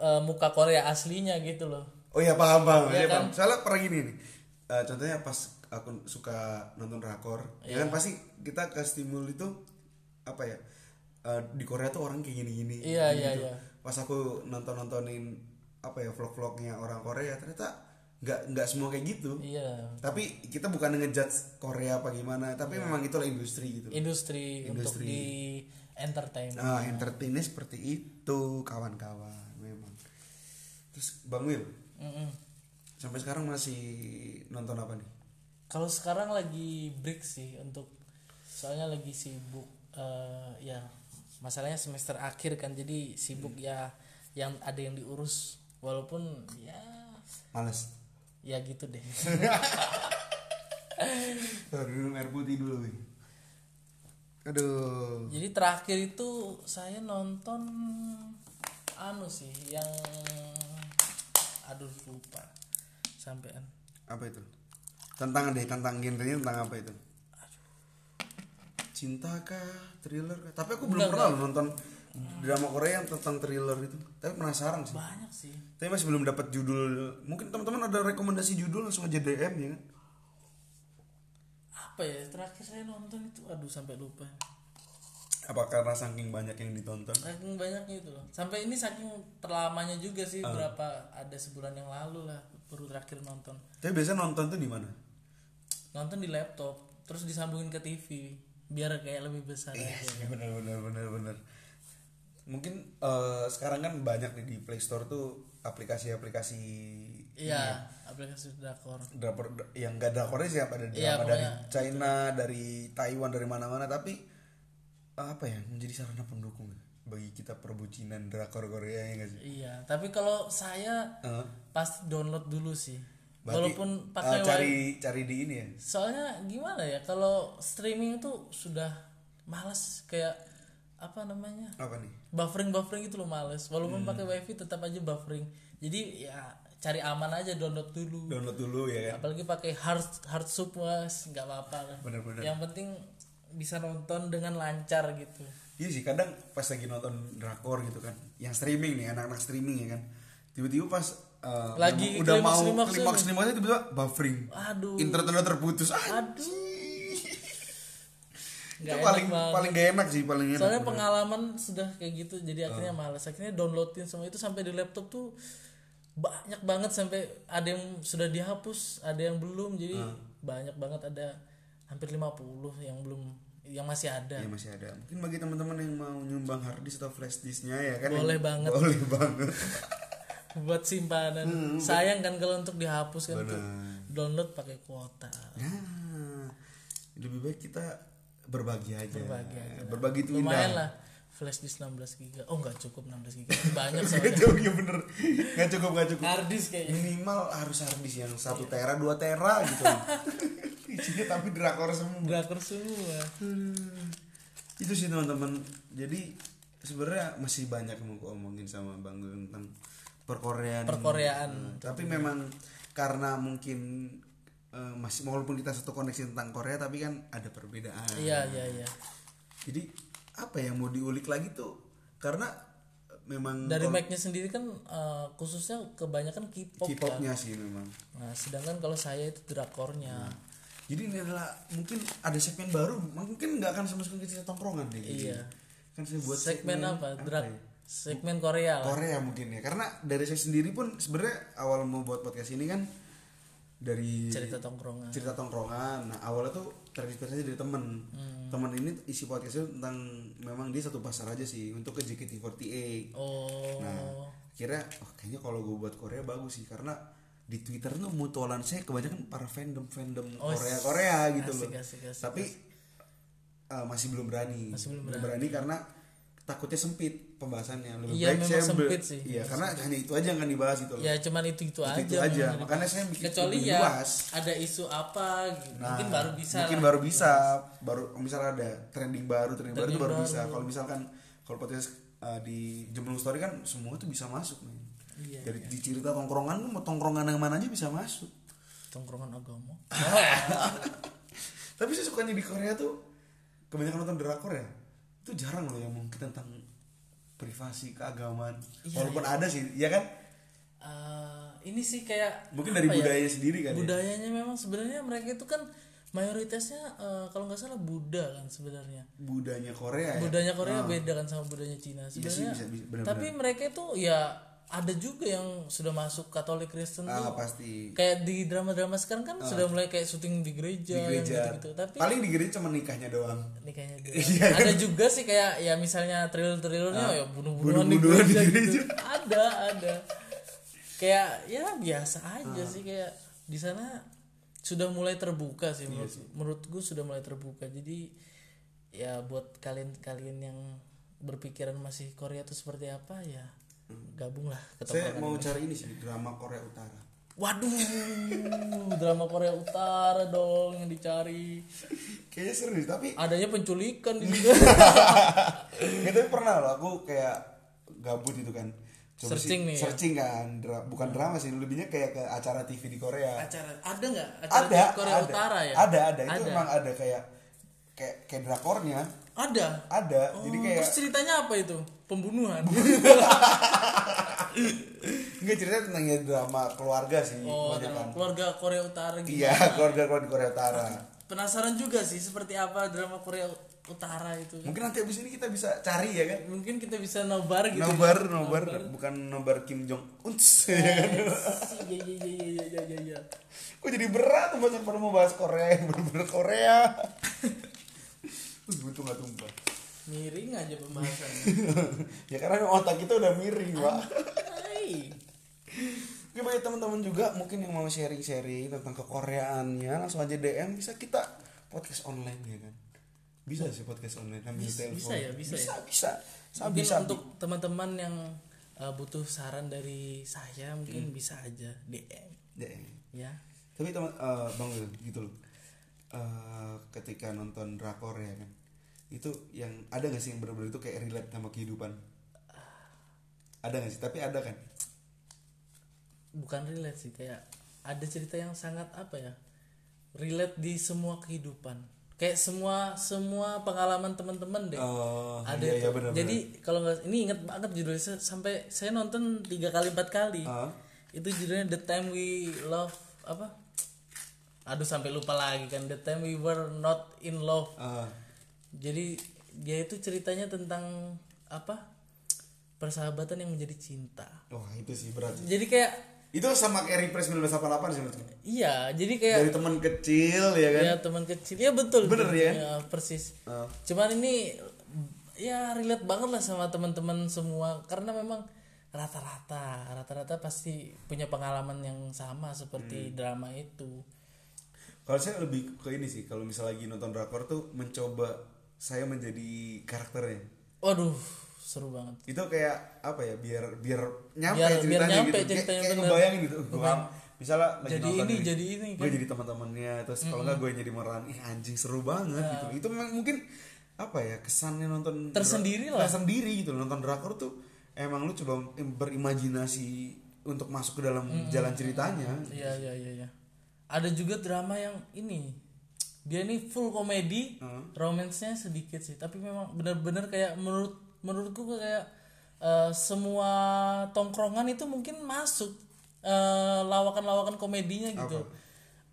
[SPEAKER 2] eh, muka Korea aslinya gitu loh.
[SPEAKER 1] oh iya paham paham
[SPEAKER 2] Iya
[SPEAKER 1] iya
[SPEAKER 2] kan?
[SPEAKER 1] paham soalnya pernah gini nih Eh, contohnya pas aku suka nonton rakor ya
[SPEAKER 2] Iya.
[SPEAKER 1] kan pasti kita ke stimul itu apa ya eh, di Korea tuh orang kayak gini gini
[SPEAKER 2] Iya, iya, iya.
[SPEAKER 1] pas aku nonton nontonin apa ya vlog vlognya orang Korea ternyata nggak nggak semua kayak gitu
[SPEAKER 2] Iya.
[SPEAKER 1] tapi kita bukan ngejudge Korea apa gimana tapi memang itulah industri gitu
[SPEAKER 2] Industri, untuk di entertainment.
[SPEAKER 1] Nah, entertainnya seperti itu, kawan-kawan, memang. Terus Bang Wil,
[SPEAKER 2] Mm-mm.
[SPEAKER 1] sampai sekarang masih nonton apa nih?
[SPEAKER 2] Kalau sekarang lagi break sih untuk soalnya lagi sibuk eh, ya masalahnya semester akhir kan jadi sibuk ya yang ada yang diurus walaupun ya
[SPEAKER 1] Males.
[SPEAKER 2] ya gitu deh.
[SPEAKER 1] Aduh, minum air putih dulu, Wi. Aduh.
[SPEAKER 2] jadi terakhir itu saya nonton anu sih yang aduh lupa sampean
[SPEAKER 1] Apa itu? Tantangan deh, tantang genrenya tentang apa itu? Cinta kah? Thriller kah? Tapi aku belum pernah loh nonton drama Korea yang tentang thriller itu tapi penasaran sih
[SPEAKER 2] banyak sih
[SPEAKER 1] tapi masih belum dapat judul mungkin teman-teman ada rekomendasi judul langsung aja DM ya kan
[SPEAKER 2] apa ya terakhir saya nonton itu aduh sampai lupa
[SPEAKER 1] apa karena saking banyak yang ditonton
[SPEAKER 2] saking banyaknya itu loh sampai ini saking terlamanya juga
[SPEAKER 1] Ah.
[SPEAKER 2] sih berapa ada sebulan yang lalu lah baru terakhir nonton
[SPEAKER 1] tapi biasanya nonton tuh di mana
[SPEAKER 2] nonton di laptop terus disambungin ke TV biar kayak lebih besar aja.
[SPEAKER 1] Iya, bener bener bener bener mungkin eh, sekarang kan banyak nih di Play Store tuh aplikasi-aplikasi
[SPEAKER 2] iya aplikasi drakor
[SPEAKER 1] drakor yang gak drakornya sih apa ada drama
[SPEAKER 2] Iya,
[SPEAKER 1] dari
[SPEAKER 2] pokoknya
[SPEAKER 1] China dari Taiwan dari mana-mana tapi apa ya menjadi sarana pendukung gitu bagi kita perbucinan drakor Korea ya nggak sih
[SPEAKER 2] iya tapi kalau saya
[SPEAKER 1] Eh,
[SPEAKER 2] pasti download dulu sih
[SPEAKER 1] berarti,
[SPEAKER 2] walaupun
[SPEAKER 1] eh,
[SPEAKER 2] pakai
[SPEAKER 1] cari cari di ini ya
[SPEAKER 2] soalnya gimana ya kalau streaming tuh sudah males kayak apa namanya
[SPEAKER 1] apa nih
[SPEAKER 2] buffering buffering itu gitu loh males walaupun pakai wifi tetap aja buffering jadi ya cari aman aja download dulu
[SPEAKER 1] download dulu ya kan
[SPEAKER 2] apalagi pakai hard hard sub mas nggak apa-apa lah.
[SPEAKER 1] Bener-bener.
[SPEAKER 2] yang penting bisa nonton dengan lancar gitu
[SPEAKER 1] Iya sih kadang pas lagi nonton drakor gitu kan, yang streaming nih anak-anak streaming ya kan, tiba-tiba pas eh,
[SPEAKER 2] Lagi
[SPEAKER 1] memang udah
[SPEAKER 2] klimaks-
[SPEAKER 1] mau
[SPEAKER 2] klimaks
[SPEAKER 1] klimaks
[SPEAKER 2] ini.
[SPEAKER 1] klimaksnya tiba-tiba buffering,
[SPEAKER 2] aduh
[SPEAKER 1] internet udah terputus, ah,
[SPEAKER 2] aduh
[SPEAKER 1] itu
[SPEAKER 2] nggak
[SPEAKER 1] paling
[SPEAKER 2] enak banget.
[SPEAKER 1] paling gak enak sih paling enak.
[SPEAKER 2] soalnya pengalaman sudah kayak gitu jadi akhirnya males akhirnya downloadin semua itu sampai di laptop tuh banyak banget sampai ada yang sudah dihapus ada yang belum jadi banyak banget ada hampir 50 yang belum yang masih ada
[SPEAKER 1] Ya masih ada. Mungkin bagi teman-teman yang mau nyumbang harddisk atau flashdisknya ya kan.
[SPEAKER 2] Boleh
[SPEAKER 1] yang-
[SPEAKER 2] banget.
[SPEAKER 1] Boleh banget.
[SPEAKER 2] buat simpanan sayang kan kalau untuk dihapus kan tuh
[SPEAKER 1] Bener.
[SPEAKER 2] download pakai kuota
[SPEAKER 1] Nah, lebih baik kita berbagi aja.
[SPEAKER 2] Berbagi aja.
[SPEAKER 1] Berbagi itu
[SPEAKER 2] lumayan
[SPEAKER 1] indah.
[SPEAKER 2] lah flash disk 16 giga oh nggak cukup 16 giga banyak
[SPEAKER 1] Gak
[SPEAKER 2] soalnya
[SPEAKER 1] cukup, iya bener. Gak cukup, gak cukup.
[SPEAKER 2] harddisk kayaknya
[SPEAKER 1] minimal harus harddisk yang satu tera dua tera gitu isinya tapi drakor semua
[SPEAKER 2] drakor semua
[SPEAKER 1] Hmm. itu sih teman-teman jadi sebenarnya masih banyak yang mau gua omongin sama bang Gun tentang perkoreaan
[SPEAKER 2] Perkoreaan.
[SPEAKER 1] Eh, tapi memang karena mungkin eh, masih walaupun kita satu koneksi tentang Korea tapi kan ada perbedaan
[SPEAKER 2] iya iya iya
[SPEAKER 1] jadi apa yang mau diulik lagi tuh karena eh, memang
[SPEAKER 2] dari
[SPEAKER 1] kalau-
[SPEAKER 2] mic-nya sendiri kan eh, khususnya kebanyakan
[SPEAKER 1] ya.
[SPEAKER 2] K-pop kan.
[SPEAKER 1] K-popnya sih memang
[SPEAKER 2] Nah, sedangkan kalau saya itu drakornya.
[SPEAKER 1] Jadi ini adalah mungkin ada segmen baru, mungkin nggak akan sama sekali kita tongkrongan deh.
[SPEAKER 2] Iya.
[SPEAKER 1] Kan saya buat
[SPEAKER 2] segmen, apa? Drak
[SPEAKER 1] ya?
[SPEAKER 2] segmen Korea lah.
[SPEAKER 1] Korea mungkin ya. Karena dari saya sendiri pun sebenarnya awal mau buat podcast ini kan dari
[SPEAKER 2] Cerita tongkrongan.
[SPEAKER 1] cerita tongkrongan. Nah, awalnya tuh terinspirasi dari temen
[SPEAKER 2] Hmm.
[SPEAKER 1] Temen ini isi podcastnya tentang memang dia satu pasar aja sih untuk ke JKT48.
[SPEAKER 2] Oh.
[SPEAKER 1] Nah, akhirnya oh, kayaknya kalau gue buat Korea bagus sih karena di Twitter tuh mutualan saya kebanyakan para fandom fandom
[SPEAKER 2] Oh,
[SPEAKER 1] Korea Korea gitu
[SPEAKER 2] asik,
[SPEAKER 1] loh.
[SPEAKER 2] asik, asik,
[SPEAKER 1] Tapi eh, masih belum berani.
[SPEAKER 2] Masih belum
[SPEAKER 1] berani karena takutnya sempit pembahasannya. Lebih
[SPEAKER 2] Iya,
[SPEAKER 1] baik
[SPEAKER 2] memang
[SPEAKER 1] saya ber-
[SPEAKER 2] sempit sih.
[SPEAKER 1] Iya, karena hanya itu aja yang akan dibahas gitu loh.
[SPEAKER 2] Ya cuman itu-itu aja.
[SPEAKER 1] itu aja.
[SPEAKER 2] memang.
[SPEAKER 1] Makanya saya bikin
[SPEAKER 2] Kecuali
[SPEAKER 1] lebih
[SPEAKER 2] ya
[SPEAKER 1] luas.
[SPEAKER 2] ada isu apa gitu.
[SPEAKER 1] Nah,
[SPEAKER 2] mungkin baru bisa.
[SPEAKER 1] Mungkin
[SPEAKER 2] lah.
[SPEAKER 1] baru bisa. Baru misalnya ada trending baru, trending, baru itu
[SPEAKER 2] Trending
[SPEAKER 1] baru,
[SPEAKER 2] baru.
[SPEAKER 1] bisa. Kalau misalkan kalau podcast eh, di Jemlung Story kan semua tuh bisa masuk nih.
[SPEAKER 2] Iya,
[SPEAKER 1] Dari di cerita tongkrongan tuh mau tongkrongan yang mana aja bisa masuk.
[SPEAKER 2] tongkrongan agama. eh.
[SPEAKER 1] Tapi saya sukanya di Korea tuh kebanyakan nonton drakor ya. Itu jarang loh yang mungkin tentang privasi keagamaan.
[SPEAKER 2] Iya,
[SPEAKER 1] Walaupun ada sih, ya kan?
[SPEAKER 2] Eh, ini sih kayak
[SPEAKER 1] Mungkin dari
[SPEAKER 2] apa ya?
[SPEAKER 1] budayanya sendiri kan. ya?
[SPEAKER 2] budayanya memang sebenarnya mereka itu kan mayoritasnya eh, kalau nggak salah Buddha kan sebenarnya.
[SPEAKER 1] Budayanya Korea ya.
[SPEAKER 2] budaya Korea beda kan sama budaya Cina
[SPEAKER 1] Iya sih,
[SPEAKER 2] sebenarnya.
[SPEAKER 1] bisa- bisa- benar-benar.
[SPEAKER 2] tapi mereka itu ya ada juga yang sudah masuk Katolik Kristen
[SPEAKER 1] Ah,
[SPEAKER 2] tuh.
[SPEAKER 1] pasti.
[SPEAKER 2] Kayak di drama-drama sekarang kan sudah mulai kayak syuting di gereja,
[SPEAKER 1] Di
[SPEAKER 2] yang
[SPEAKER 1] gereja.
[SPEAKER 2] gitu-gitu. Iya, gitu, Tapi
[SPEAKER 1] Paling di gereja cuma nikahnya doang.
[SPEAKER 2] nikahnya dia.
[SPEAKER 1] Iya kan?
[SPEAKER 2] ada juga sih kayak ya misalnya thriller-thrillernya ya bunuh-bunuhan di
[SPEAKER 1] bunuh-bunuhan di
[SPEAKER 2] gereja,
[SPEAKER 1] gereja.
[SPEAKER 2] gitu. ada, ada. Kayak ya biasa aja
[SPEAKER 1] Ah.
[SPEAKER 2] sih kayak di sana sudah mulai
[SPEAKER 1] Iya
[SPEAKER 2] terbuka sih menurut menurutku sudah mulai terbuka. Jadi ya buat kalian-kalian yang berpikiran masih Korea itu seperti apa ya
[SPEAKER 1] Hmm.
[SPEAKER 2] gabunglah ke
[SPEAKER 1] Saya
[SPEAKER 2] tongkrongan.
[SPEAKER 1] mau cari ini sih drama Korea Utara.
[SPEAKER 2] Waduh, drama Korea Utara dong yang dicari.
[SPEAKER 1] Kayaknya seru sih, tapi
[SPEAKER 2] Adanya penculikan di situ.
[SPEAKER 1] itu pernah loh aku kayak gabut gitu kan. sih-
[SPEAKER 2] Searching nih ya? Hmm.
[SPEAKER 1] Searching kan, dra- bukan drama sih, lebihnya kayak ke acara TV di Korea.
[SPEAKER 2] acara ada nggak acara
[SPEAKER 1] ada
[SPEAKER 2] di Korea
[SPEAKER 1] ada.
[SPEAKER 2] Utara ya
[SPEAKER 1] ada ada itu
[SPEAKER 2] Ada.
[SPEAKER 1] memang ada kayak kayak kayak drakornya
[SPEAKER 2] Ada.
[SPEAKER 1] Ada. Jadi kayak
[SPEAKER 2] Terus ceritanya apa itu? Pembunuhan.
[SPEAKER 1] Enggak cerita tentang ya drama keluarga sih
[SPEAKER 2] oh,
[SPEAKER 1] kebanyakan.
[SPEAKER 2] drama keluarga Korea Utara gitu.
[SPEAKER 1] Iya, keluarga keluarga Korea Utara.
[SPEAKER 2] Penasaran juga sih seperti apa drama Korea Utara itu.
[SPEAKER 1] Mungkin nanti abis ini kita bisa cari ya kan.
[SPEAKER 2] Mungkin kita bisa nobar gitu.
[SPEAKER 1] Nobar, nobar, bukan nobar Kim Jong Un. ya kan?
[SPEAKER 2] Iya iya iya iya iya iya iya.
[SPEAKER 1] Kok jadi berat pembahasan baru mau bahas Korea, yang bener-bener Korea. Terus butuh nggak tumpah.
[SPEAKER 2] Miring aja pembahasannya.
[SPEAKER 1] ya karena otak kita udah miring, Pak.
[SPEAKER 2] Hai.
[SPEAKER 1] Oke bagi teman-teman juga mungkin yang mau sharing-sharing tentang kekoreaannya langsung aja DM bisa kita podcast online ya kan. Bisa sih podcast online ambil
[SPEAKER 2] Bisa-
[SPEAKER 1] telepon.
[SPEAKER 2] bisa ya, bisa
[SPEAKER 1] bisa.
[SPEAKER 2] ya.
[SPEAKER 1] Bisa. Sa-
[SPEAKER 2] Mungkin
[SPEAKER 1] bisa.
[SPEAKER 2] untuk teman-teman yang uh, butuh saran dari saya mungkin
[SPEAKER 1] Hmm.
[SPEAKER 2] bisa aja DM
[SPEAKER 1] DM.
[SPEAKER 2] ya.
[SPEAKER 1] Tapi teman eh, Bang Wil, gitu loh. Eh, ketika nonton drakor ya kan. Itu yang ada gak sih yang benar-benar itu kayak relate sama kehidupan? Ada gak sih? Tapi ada kan?
[SPEAKER 2] Bukan relate sih kayak ada cerita yang sangat apa ya? Relate di semua kehidupan. Kayak semua semua pengalaman teman-teman deh.
[SPEAKER 1] Oh,
[SPEAKER 2] ada
[SPEAKER 1] iya,
[SPEAKER 2] itu.
[SPEAKER 1] iya, benar-benar.
[SPEAKER 2] Jadi kalau nggak ini inget banget judulnya Sa- sampai saya nonton tiga kali empat kali.
[SPEAKER 1] Ah.
[SPEAKER 2] Itu judulnya The Time We Love apa? Aduh sampai lupa lagi kan The Time We Were Not in Love.
[SPEAKER 1] Ah,
[SPEAKER 2] Jadi dia itu ceritanya tentang apa? Persahabatan yang menjadi cinta.
[SPEAKER 1] wah itu sih berat. sih.
[SPEAKER 2] Jadi kayak
[SPEAKER 1] Itu sama kayak Repress 1988 sih menurutku.
[SPEAKER 2] iya, jadi kayak
[SPEAKER 1] Dari teman kecil ya kan.
[SPEAKER 2] ya teman kecil. Ya betul.
[SPEAKER 1] Bener
[SPEAKER 2] betul.
[SPEAKER 1] ya?
[SPEAKER 2] persis.
[SPEAKER 1] Ah.
[SPEAKER 2] Cuman ini ya relate banget lah sama teman-teman semua karena memang rata-rata rata-rata pasti punya pengalaman yang sama
[SPEAKER 1] Hmm.
[SPEAKER 2] seperti drama itu.
[SPEAKER 1] Kalau saya lebih ke ini sih, kalau misalnya lagi nonton drakor tuh mencoba saya menjadi karakternya.
[SPEAKER 2] Waduh, seru banget.
[SPEAKER 1] Itu kayak apa ya? Biar biar nyampe
[SPEAKER 2] Biar- biar
[SPEAKER 1] ceritanya
[SPEAKER 2] nyampe
[SPEAKER 1] gitu. Kayak-
[SPEAKER 2] ceritanya,
[SPEAKER 1] kayak
[SPEAKER 2] bener.
[SPEAKER 1] ngebayangin gitu. Gua misalnya lagi
[SPEAKER 2] Jadi
[SPEAKER 1] nonton
[SPEAKER 2] ini,
[SPEAKER 1] nih,
[SPEAKER 2] jadi kan- Mm. ini,
[SPEAKER 1] Gue jadi teman-temannya, terus kalau nggak gue jadi meran, ih anjing seru banget gitu. Itu memang mungkin apa ya kesannya nonton dra-
[SPEAKER 2] Iya. Tersendiri lah.
[SPEAKER 1] tersendiri gitu loh. nonton drakor tuh emang lu coba berimajinasi untuk masuk ke dalam
[SPEAKER 2] Mm-hmm.
[SPEAKER 1] jalan ceritanya
[SPEAKER 2] Iya iya iya iya. Ada juga drama yang ini. Dia ini full komedi, romance-nya sedikit sih, tapi memang benar-benar kayak menurut menurutku kayak eh, semua tongkrongan itu mungkin masuk eh, lawakan-lawakan komedinya gitu.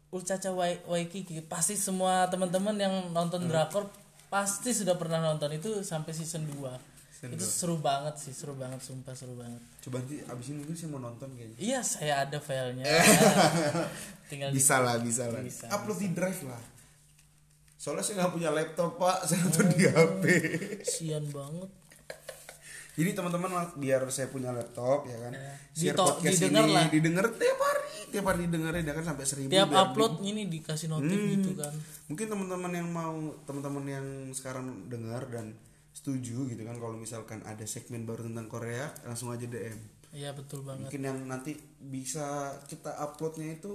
[SPEAKER 2] Ulcaca Wai- Waikiki pasti semua teman-teman yang nonton drakor pasti sudah pernah nonton itu sampai season 2. Itu seru banget sih, seru banget sumpah seru banget.
[SPEAKER 1] coba nanti abis ini mungkin sih mau nonton kayaknya
[SPEAKER 2] Iya, saya ada filenya. Tinggal di
[SPEAKER 1] bisa lah bisa lah
[SPEAKER 2] Iya, Bisa,
[SPEAKER 1] upload di drive lah soalnya saya nggak punya laptop pak saya
[SPEAKER 2] Oh.
[SPEAKER 1] nonton di hp
[SPEAKER 2] Sian banget.
[SPEAKER 1] jadi teman-teman lah, biar saya punya laptop ya kan share
[SPEAKER 2] Iya. dito-
[SPEAKER 1] podcast
[SPEAKER 2] didengar
[SPEAKER 1] ini
[SPEAKER 2] lah.
[SPEAKER 1] didengar tiap hari tiap hari didengerin ya kan sampai seribu
[SPEAKER 2] Tiap
[SPEAKER 1] biar
[SPEAKER 2] upload ini dikasih notif gitu kan.
[SPEAKER 1] mungkin teman-teman yang mau teman-teman yang sekarang dengar dan setuju gitu kan kalau misalkan ada segmen baru tentang Korea langsung aja DM
[SPEAKER 2] Iya betul banget.
[SPEAKER 1] mungkin yang nanti bisa kita uploadnya itu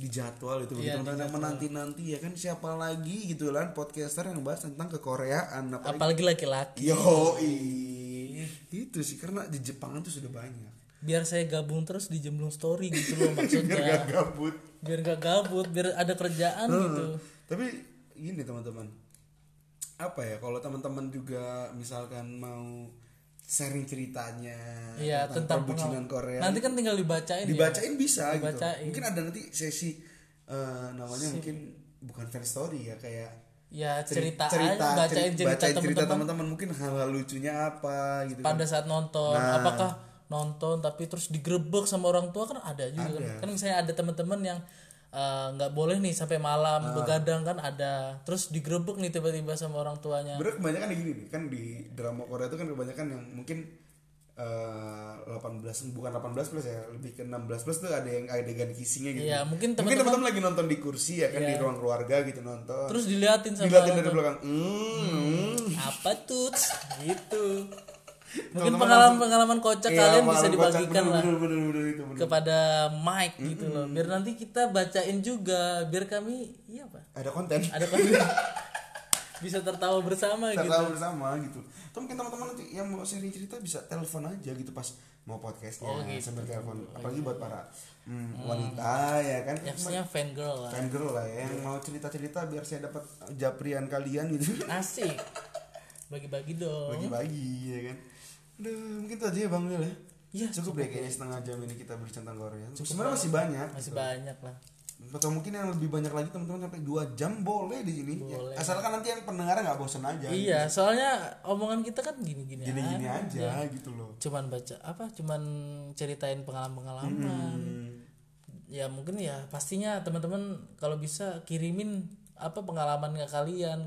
[SPEAKER 1] dijadwal itu
[SPEAKER 2] Iya,
[SPEAKER 1] begitu teman-teman nanti nanti ya kan siapa lagi gitu kan podcaster yang bahas tentang kekoreaan apa
[SPEAKER 2] Apalagi laki-laki.
[SPEAKER 1] Yoi. Itu sih karena di Jepang itu sudah banyak.
[SPEAKER 2] Biar saya gabung terus di jemlung story gitu loh
[SPEAKER 1] Biar
[SPEAKER 2] maksudnya.
[SPEAKER 1] gak gabut.
[SPEAKER 2] biar gak gabut, biar ada kerjaan gitu.
[SPEAKER 1] Tapi gini teman-teman. Apa ya kalau teman-teman juga misalkan mau sharing ceritanya
[SPEAKER 2] Iya tentang
[SPEAKER 1] perbucinan
[SPEAKER 2] pengalaman.
[SPEAKER 1] Korea.
[SPEAKER 2] Nanti kan tinggal dibacain ya.
[SPEAKER 1] dibacain bisa
[SPEAKER 2] Dibacain.
[SPEAKER 1] gitu. Mungkin ada nanti sesi eh, namanya mungkin bukan fan story ya kayak
[SPEAKER 2] Ya
[SPEAKER 1] ceri-
[SPEAKER 2] cerita, aja, bacain cerita,
[SPEAKER 1] bacain cerita
[SPEAKER 2] teman-teman
[SPEAKER 1] teman-teman mungkin hal-hal lucunya apa gitu kan.
[SPEAKER 2] pada saat nonton. Apakah nonton tapi terus digrebek sama orang tua kan ada juga kan. Kan misalnya ada teman-teman yang eh, nggak boleh nih sampai malam begadang kan ada. Terus digrebek nih tiba-tiba sama orang tuanya.
[SPEAKER 1] Sebenernya kebanyakan kayak gini nih kan di drama Korea itu kan kebanyakan yang mungkin eh, 18 bukan 18 plus ya lebih ke 16 plus tuh ada yang adegan kissingnya gitu.
[SPEAKER 2] Iya, mungkin Iya.
[SPEAKER 1] mungkin teman-teman lagi nonton di kursi ya kan di ruang keluarga gitu nonton.
[SPEAKER 2] Terus diliatin sama
[SPEAKER 1] Dilihatin
[SPEAKER 2] orang
[SPEAKER 1] dari
[SPEAKER 2] tua.
[SPEAKER 1] belakang. Hmm.
[SPEAKER 2] apa tuh gitu. Mungkin
[SPEAKER 1] Teman-teman
[SPEAKER 2] pengalaman-pengalaman kocak
[SPEAKER 1] Iya,
[SPEAKER 2] kalian bisa
[SPEAKER 1] malam kocak.
[SPEAKER 2] dibagikan lah
[SPEAKER 1] Bener, bener, bener, bener, itu, bener.
[SPEAKER 2] kepada Mike gitu loh. Biar nanti kita bacain juga biar kami iya Pak.
[SPEAKER 1] Ada konten.
[SPEAKER 2] Ada konten. bisa tertawa bersama
[SPEAKER 1] Kita
[SPEAKER 2] gitu.
[SPEAKER 1] tahu bersama gitu. Atau mungkin teman-teman nanti yang mau sharing cerita bisa telepon aja gitu pas mau podcastnya
[SPEAKER 2] Oh, gitu.
[SPEAKER 1] sambil telepon.
[SPEAKER 2] Iya.
[SPEAKER 1] Apalagi buat para mm,
[SPEAKER 2] Hmm.
[SPEAKER 1] wanita ya kan.
[SPEAKER 2] Ya maksudnya fangirl lah.
[SPEAKER 1] Fangirl lah ya, yang mau cerita-cerita biar saya dapat japrian kalian gitu.
[SPEAKER 2] Asik. bagi-bagi dong
[SPEAKER 1] bagi-bagi ya kan Aduh, mungkin itu aja ya bang Wil ya
[SPEAKER 2] Iya,
[SPEAKER 1] cukup, deh kayaknya setengah jam ini kita berbincang tentang Korea sebenarnya masih banyak
[SPEAKER 2] masih
[SPEAKER 1] gitu.
[SPEAKER 2] banyak lah
[SPEAKER 1] atau mungkin yang lebih banyak lagi teman-teman sampai dua jam boleh di sini Ya,
[SPEAKER 2] Boleh.
[SPEAKER 1] asalkan nanti yang pendengar nggak bosen aja
[SPEAKER 2] iya soalnya omongan kita kan gini-gini
[SPEAKER 1] gini gini
[SPEAKER 2] aja.
[SPEAKER 1] aja gitu loh
[SPEAKER 2] cuman baca apa cuman ceritain pengalaman-pengalaman
[SPEAKER 1] Hmm.
[SPEAKER 2] ya mungkin ya pastinya teman-teman kalau bisa kirimin apa pengalamannya kalian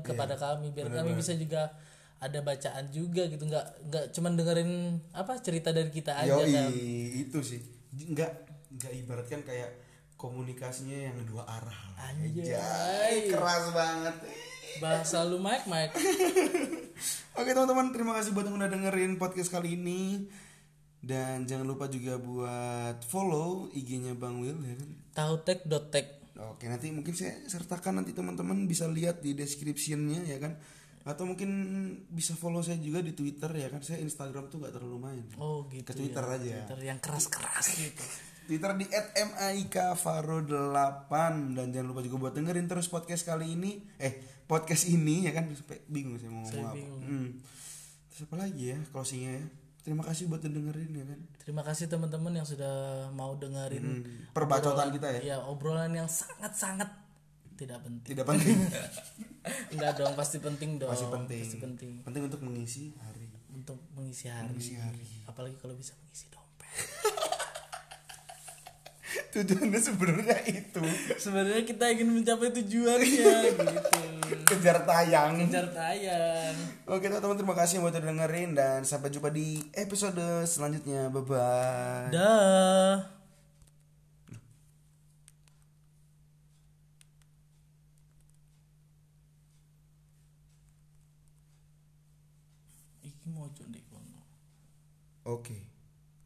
[SPEAKER 1] Iya,
[SPEAKER 2] kepada kami biar kami bisa juga ada bacaan juga gitu nggak nggak cuman dengerin apa cerita dari kita aja
[SPEAKER 1] Yoi,
[SPEAKER 2] kan
[SPEAKER 1] itu sih. Enggak enggak ibaratkan kayak komunikasinya yang dua arah.
[SPEAKER 2] Anjay.
[SPEAKER 1] Anjay, keras banget.
[SPEAKER 2] bahasa lu Mike Mike
[SPEAKER 1] Oke teman-teman, terima kasih buat yang udah dengerin podcast kali ini. Dan jangan lupa juga buat follow IG-nya Bang Will ya kan?
[SPEAKER 2] tautek dotek
[SPEAKER 1] Oke, nanti mungkin saya sertakan nanti teman-teman bisa lihat di description-nya ya kan. Atau mungkin bisa follow saya juga di Twitter ya kan. Saya Instagram tuh gak terlalu main.
[SPEAKER 2] oh gitu
[SPEAKER 1] Ke Twitter
[SPEAKER 2] ya.
[SPEAKER 1] aja.
[SPEAKER 2] Twitter yang keras keras gitu
[SPEAKER 1] Twitter di @maikfaro8 dan jangan lupa juga buat dengerin terus podcast kali ini. Eh, podcast ini ya kan sampai bingung saya mau ngomong
[SPEAKER 2] Saya
[SPEAKER 1] apa.
[SPEAKER 2] bingung.
[SPEAKER 1] Hmm. Terus apa lagi ya closingnya ya? Terima kasih buat yang dengerin ya kan. Hmm.
[SPEAKER 2] terima kasih teman-teman yang sudah mau dengerin
[SPEAKER 1] Perbacotan kita ya.
[SPEAKER 2] ya obrolan yang sangat sangat tidak penting
[SPEAKER 1] Tidak penting.
[SPEAKER 2] enggak dong pasti penting dong
[SPEAKER 1] Masih penting.
[SPEAKER 2] pasti penting
[SPEAKER 1] Penting untuk mengisi hari.
[SPEAKER 2] untuk mengisi hari
[SPEAKER 1] Mengisi hari.
[SPEAKER 2] apalagi kalau bisa mengisi dompet
[SPEAKER 1] Tujuannya sebenarnya itu
[SPEAKER 2] sebenarnya kita ingin mencapai tujuannya gitu
[SPEAKER 1] kejar tayang.
[SPEAKER 2] kejar tayang
[SPEAKER 1] Oke teman-teman terima kasih buat yang dengerin dan sampai jumpa di episode selanjutnya. Bye bye.
[SPEAKER 2] dah iki mau dek kono
[SPEAKER 1] Oke.